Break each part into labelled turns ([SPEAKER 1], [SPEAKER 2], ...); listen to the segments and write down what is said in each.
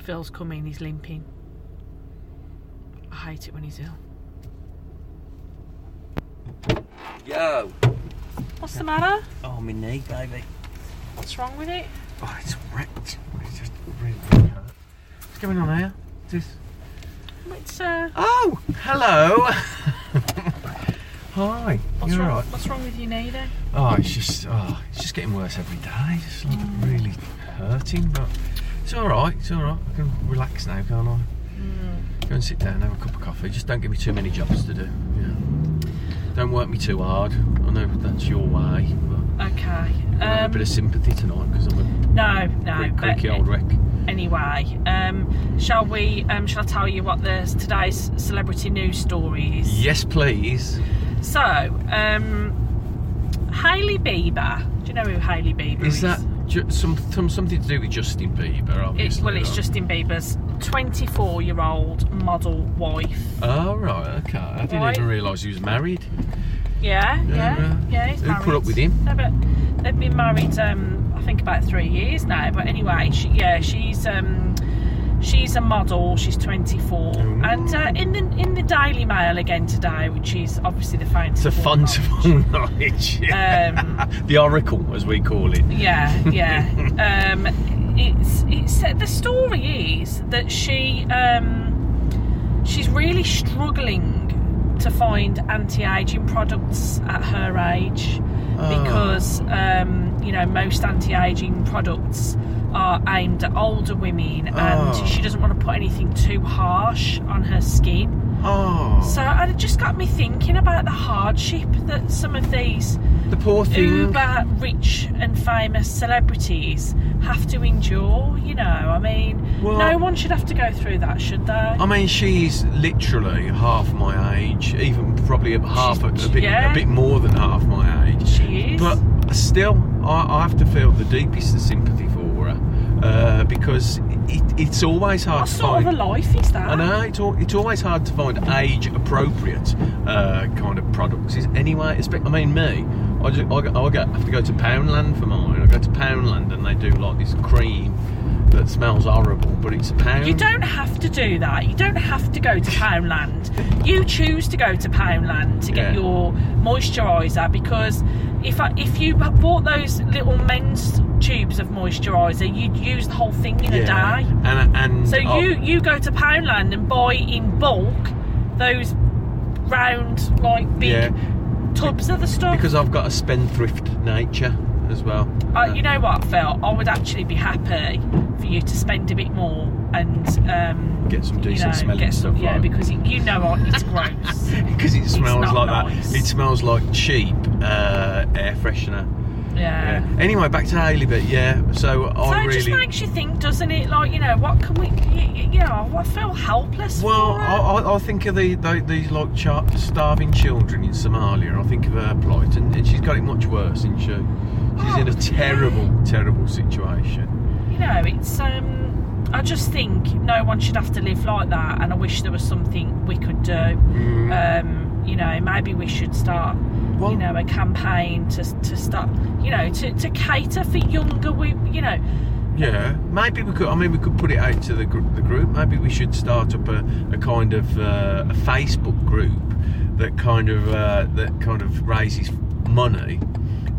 [SPEAKER 1] Phil's coming, he's limping. I hate it when he's ill.
[SPEAKER 2] Yo.
[SPEAKER 1] What's the matter?
[SPEAKER 2] Oh, my knee, baby.
[SPEAKER 1] What's wrong with it?
[SPEAKER 2] Oh, it's wrecked. It's just really, really hurt. What's going on here? This.
[SPEAKER 1] It's, uh,
[SPEAKER 2] Oh, hello. Hi.
[SPEAKER 1] what's,
[SPEAKER 2] You're
[SPEAKER 1] wrong,
[SPEAKER 2] right.
[SPEAKER 1] what's wrong with your knee then?
[SPEAKER 2] Oh, it's just, oh, it's just getting worse every day. It's like really hurting, but it's all right. It's all right. I can relax now, can't I? Go and sit down, have a cup of coffee. Just don't give me too many jobs to do. You know. Don't work me too hard. I know that's your way, but
[SPEAKER 1] Okay.
[SPEAKER 2] I have a
[SPEAKER 1] Um,
[SPEAKER 2] bit of sympathy tonight because I'm a
[SPEAKER 1] no, no.
[SPEAKER 2] creak, creaky
[SPEAKER 1] but-
[SPEAKER 2] old wreck.
[SPEAKER 1] Anyway, um, shall we? Um, shall I tell you what the today's celebrity news story is?
[SPEAKER 2] Yes, please.
[SPEAKER 1] So, um, Hailey Bieber. Do you know who Hailey Bieber is?
[SPEAKER 2] Is that ju- some, some something to do with Justin Bieber?
[SPEAKER 1] It's,
[SPEAKER 2] Obviously.
[SPEAKER 1] well, it's
[SPEAKER 2] right?
[SPEAKER 1] Justin Bieber's 24-year-old model wife.
[SPEAKER 2] Oh right, okay. I didn't
[SPEAKER 1] Right.
[SPEAKER 2] even realise he was married.
[SPEAKER 1] Yeah,
[SPEAKER 2] Yeah,
[SPEAKER 1] yeah,
[SPEAKER 2] yeah.
[SPEAKER 1] yeah. he's
[SPEAKER 2] Who put
[SPEAKER 1] married.
[SPEAKER 2] up with him?
[SPEAKER 1] No, but they've been married, um, I think, about three years now. But anyway, she, yeah, she's um, she's a model. She's 24,
[SPEAKER 2] Ooh.
[SPEAKER 1] and uh, in the in the Daily Mail again today, which is obviously the fountain.
[SPEAKER 2] It's a
[SPEAKER 1] of all
[SPEAKER 2] fun to
[SPEAKER 1] knowledge.
[SPEAKER 2] all knowledge.
[SPEAKER 1] Um,
[SPEAKER 2] the oracle, as we call it.
[SPEAKER 1] yeah, yeah. um, it's it's the story is that she um, she's really struggling to find anti-aging products at her age. because um, you know most anti-aging products are aimed at older women
[SPEAKER 2] Oh.
[SPEAKER 1] and she doesn't want to put anything too harsh on her skin
[SPEAKER 2] oh,
[SPEAKER 1] so and it just got me thinking about the hardship that some of these
[SPEAKER 2] the poor thing.
[SPEAKER 1] uber rich and famous celebrities have to endure you know i mean
[SPEAKER 2] Well-
[SPEAKER 1] no one should have to go through that should they
[SPEAKER 2] I mean, she's literally half my age, even probably a- half a, a bit,
[SPEAKER 1] yeah.
[SPEAKER 2] a bit more than half my age.
[SPEAKER 1] she is
[SPEAKER 2] But still, I, I have to feel the deepest of sympathy for her uh, because it, it's always hard
[SPEAKER 1] what
[SPEAKER 2] to
[SPEAKER 1] sort
[SPEAKER 2] find.
[SPEAKER 1] of a life is that
[SPEAKER 2] I know it's, al- it's always hard to find age-appropriate uh, kind of products. Is anyway, it's, I mean me, I, ju- I, go- I go- have to go to Poundland for mine. I go to Poundland and they do like this cream that smells horrible, but it's a pound.
[SPEAKER 1] You don't have to do that. You don't have to go to Poundland. You choose to go to Poundland to get
[SPEAKER 2] Yeah.
[SPEAKER 1] your moisturiser because if I, if you b- bought those little men's tubes of moisturiser, you'd use the whole thing in
[SPEAKER 2] yeah.
[SPEAKER 1] a day.
[SPEAKER 2] And and
[SPEAKER 1] So
[SPEAKER 2] oh,
[SPEAKER 1] you you go to Poundland and buy in bulk those round like big
[SPEAKER 2] yeah,
[SPEAKER 1] tubs of the stuff.
[SPEAKER 2] because I've got a spendthrift nature as well.
[SPEAKER 1] Uh, you know what, Phil? I would actually be happy for you to spend a bit more and um,
[SPEAKER 2] Get some
[SPEAKER 1] you
[SPEAKER 2] decent
[SPEAKER 1] know,
[SPEAKER 2] smelling
[SPEAKER 1] get some-
[SPEAKER 2] stuff,
[SPEAKER 1] Yeah,
[SPEAKER 2] right?
[SPEAKER 1] because it, you know what, it's gross.
[SPEAKER 2] because it smells
[SPEAKER 1] not
[SPEAKER 2] like
[SPEAKER 1] nice.
[SPEAKER 2] that. It smells like cheap uh, air freshener.
[SPEAKER 1] yeah.
[SPEAKER 2] Yeah. Anyway, back to Haley, but yeah. So
[SPEAKER 1] So
[SPEAKER 2] I
[SPEAKER 1] it
[SPEAKER 2] really.
[SPEAKER 1] just makes you think, doesn't it? Like you know, what can we? You, you know, I feel helpless.
[SPEAKER 2] Well,
[SPEAKER 1] for
[SPEAKER 2] I,
[SPEAKER 1] her.
[SPEAKER 2] I, I think of the, the these like char- starving children in Somalia. I think of her plight, and, and she's got it much worse, isn't she? She's in
[SPEAKER 1] Oh,
[SPEAKER 2] a terrible, terrible situation.
[SPEAKER 1] you know, it's. Um, I just think no one should have to live like that, and I wish there was something we could do. Um, you know, maybe we should start.
[SPEAKER 2] Well-
[SPEAKER 1] you know, a campaign to to start. You know, to, to cater for younger. wo- You know,
[SPEAKER 2] Yeah, maybe we could. I mean, we could put it out to the gr- the group. Maybe we should start up a, a kind of uh, a Facebook group that kind of uh, that kind of raises money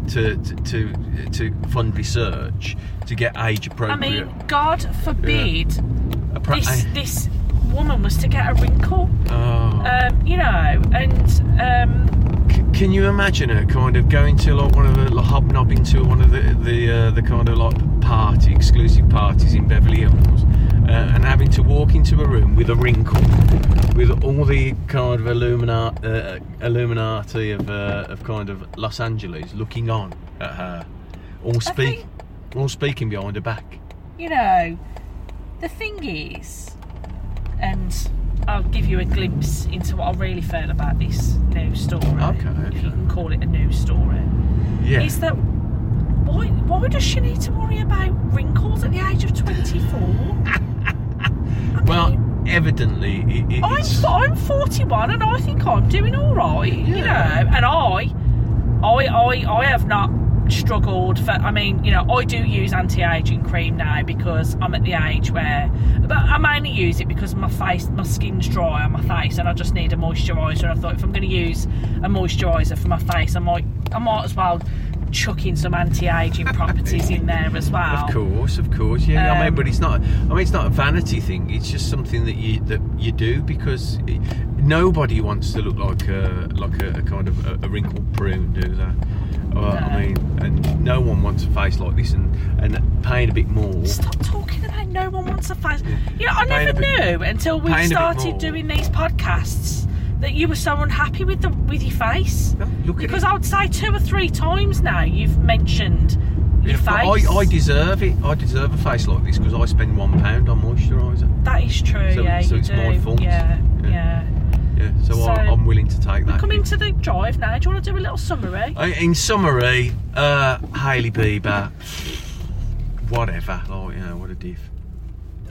[SPEAKER 2] to to to, to fund research to get age
[SPEAKER 1] I
[SPEAKER 2] appropriate.
[SPEAKER 1] mean, God forbid
[SPEAKER 2] appro-
[SPEAKER 1] this this woman was to get a wrinkle.
[SPEAKER 2] Oh.
[SPEAKER 1] Um, you know, and um,
[SPEAKER 2] C- Can you imagine her kind of going to like one of the like, hobnobbing to one of the the, uh, the kind of like party exclusive parties in Beverly Hills, uh, and having to walk into a room with a wrinkle, with all the kind of Illuminati, uh, Illuminati of uh, of kind of Los Angeles looking on at her, all speak,
[SPEAKER 1] think-
[SPEAKER 2] all speaking behind her back.
[SPEAKER 1] you know, the thing is, and I'll give you a glimpse into what I really feel about this news story.
[SPEAKER 2] Okay,
[SPEAKER 1] If
[SPEAKER 2] okay.
[SPEAKER 1] you can call it a news story.
[SPEAKER 2] Yeah.
[SPEAKER 1] Is that why? Why does she need to worry about wrinkles at the age of twenty four?
[SPEAKER 2] well, evidently, it, it,
[SPEAKER 1] I'm
[SPEAKER 2] it's,
[SPEAKER 1] I'm 41 and I think I'm doing all right, you
[SPEAKER 2] Yeah.
[SPEAKER 1] know. And I, I, I, I have not struggled for I mean, you know, I do use anti aging cream now because I'm at the age where but I mainly use it because my face my skin's dry on my face and I just need a moisturiser and I thought if I'm gonna use a moisturiser for my face I might I might as well chuck in some anti aging properties in there as well.
[SPEAKER 2] Of course, of course, yeah. I mean,
[SPEAKER 1] Um,
[SPEAKER 2] but it's not. I mean, it's not a vanity thing. It's just something that you that you do because it, nobody wants to look like a like a, a kind of a, a wrinkled prune, do they?
[SPEAKER 1] No.
[SPEAKER 2] Uh, I mean, and no one wants a face like this, and and paying a bit more.
[SPEAKER 1] Stop talking about no one wants a face. Yeah, I
[SPEAKER 2] Pain a
[SPEAKER 1] never
[SPEAKER 2] bit-
[SPEAKER 1] knew until
[SPEAKER 2] pain a
[SPEAKER 1] we
[SPEAKER 2] bit
[SPEAKER 1] started
[SPEAKER 2] more.
[SPEAKER 1] doing these podcasts that you were so unhappy with the with your face.
[SPEAKER 2] No, Look
[SPEAKER 1] Because
[SPEAKER 2] at
[SPEAKER 1] I would say two or three times now you've mentioned
[SPEAKER 2] it.
[SPEAKER 1] your
[SPEAKER 2] Yeah, but
[SPEAKER 1] face.
[SPEAKER 2] I, I deserve it. I deserve a face like this because I spend one pound on moisturiser.
[SPEAKER 1] that is true.
[SPEAKER 2] So-
[SPEAKER 1] yeah,
[SPEAKER 2] so
[SPEAKER 1] you
[SPEAKER 2] it's
[SPEAKER 1] do.
[SPEAKER 2] my fault.
[SPEAKER 1] Yeah,
[SPEAKER 2] Yeah.
[SPEAKER 1] yeah.
[SPEAKER 2] Yeah, so,
[SPEAKER 1] So-
[SPEAKER 2] I, I'm willing to take that.
[SPEAKER 1] Coming to the drive now. Do you want to do a little summary?
[SPEAKER 2] I- In summary, uh, Hailey Bieber, whatever. Oh, yeah, what a diff.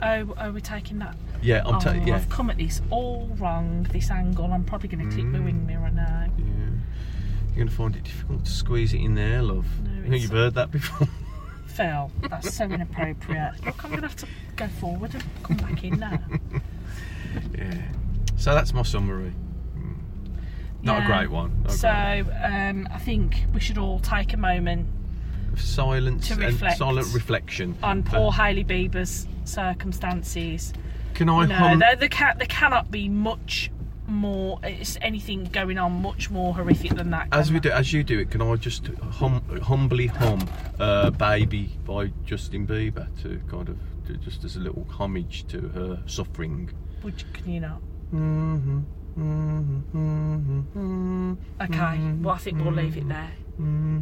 [SPEAKER 1] Oh, are we taking that?
[SPEAKER 2] Yeah, I'm
[SPEAKER 1] oh,
[SPEAKER 2] ta- yeah.
[SPEAKER 1] I've come at this all wrong. This angle. I'm probably going to click my
[SPEAKER 2] Mm.
[SPEAKER 1] wing mirror now.
[SPEAKER 2] yeah. You're gonna find it difficult to squeeze it in there, love.
[SPEAKER 1] No,
[SPEAKER 2] I think
[SPEAKER 1] it's-
[SPEAKER 2] you've heard that before.
[SPEAKER 1] Phil, that's so inappropriate. Look, I'm going to have to go forward and come back in now.
[SPEAKER 2] yeah. So that's my summary. Mm. Not
[SPEAKER 1] Yeah.
[SPEAKER 2] a great one. not a
[SPEAKER 1] So
[SPEAKER 2] great one.
[SPEAKER 1] um, I think we should all take a moment
[SPEAKER 2] silence
[SPEAKER 1] to
[SPEAKER 2] and
[SPEAKER 1] reflect
[SPEAKER 2] silent reflection.
[SPEAKER 1] on
[SPEAKER 2] But
[SPEAKER 1] poor Hailey Bieber's circumstances.
[SPEAKER 2] Can I
[SPEAKER 1] No,
[SPEAKER 2] hum?
[SPEAKER 1] there, there, ca- there cannot be much more. It's anything going on much more horrific than that.
[SPEAKER 2] As
[SPEAKER 1] can
[SPEAKER 2] we
[SPEAKER 1] there?
[SPEAKER 2] do, as you do it, can I just hum, humbly hum uh, "Baby" by Justin Bieber to kind of to, just as a little homage to her suffering.
[SPEAKER 1] Would you- can you not?
[SPEAKER 2] Mhm, mhm, mhm, mhm, Mm-hmm.
[SPEAKER 1] Okay. Well, I think we'll leave it there.
[SPEAKER 2] mhm.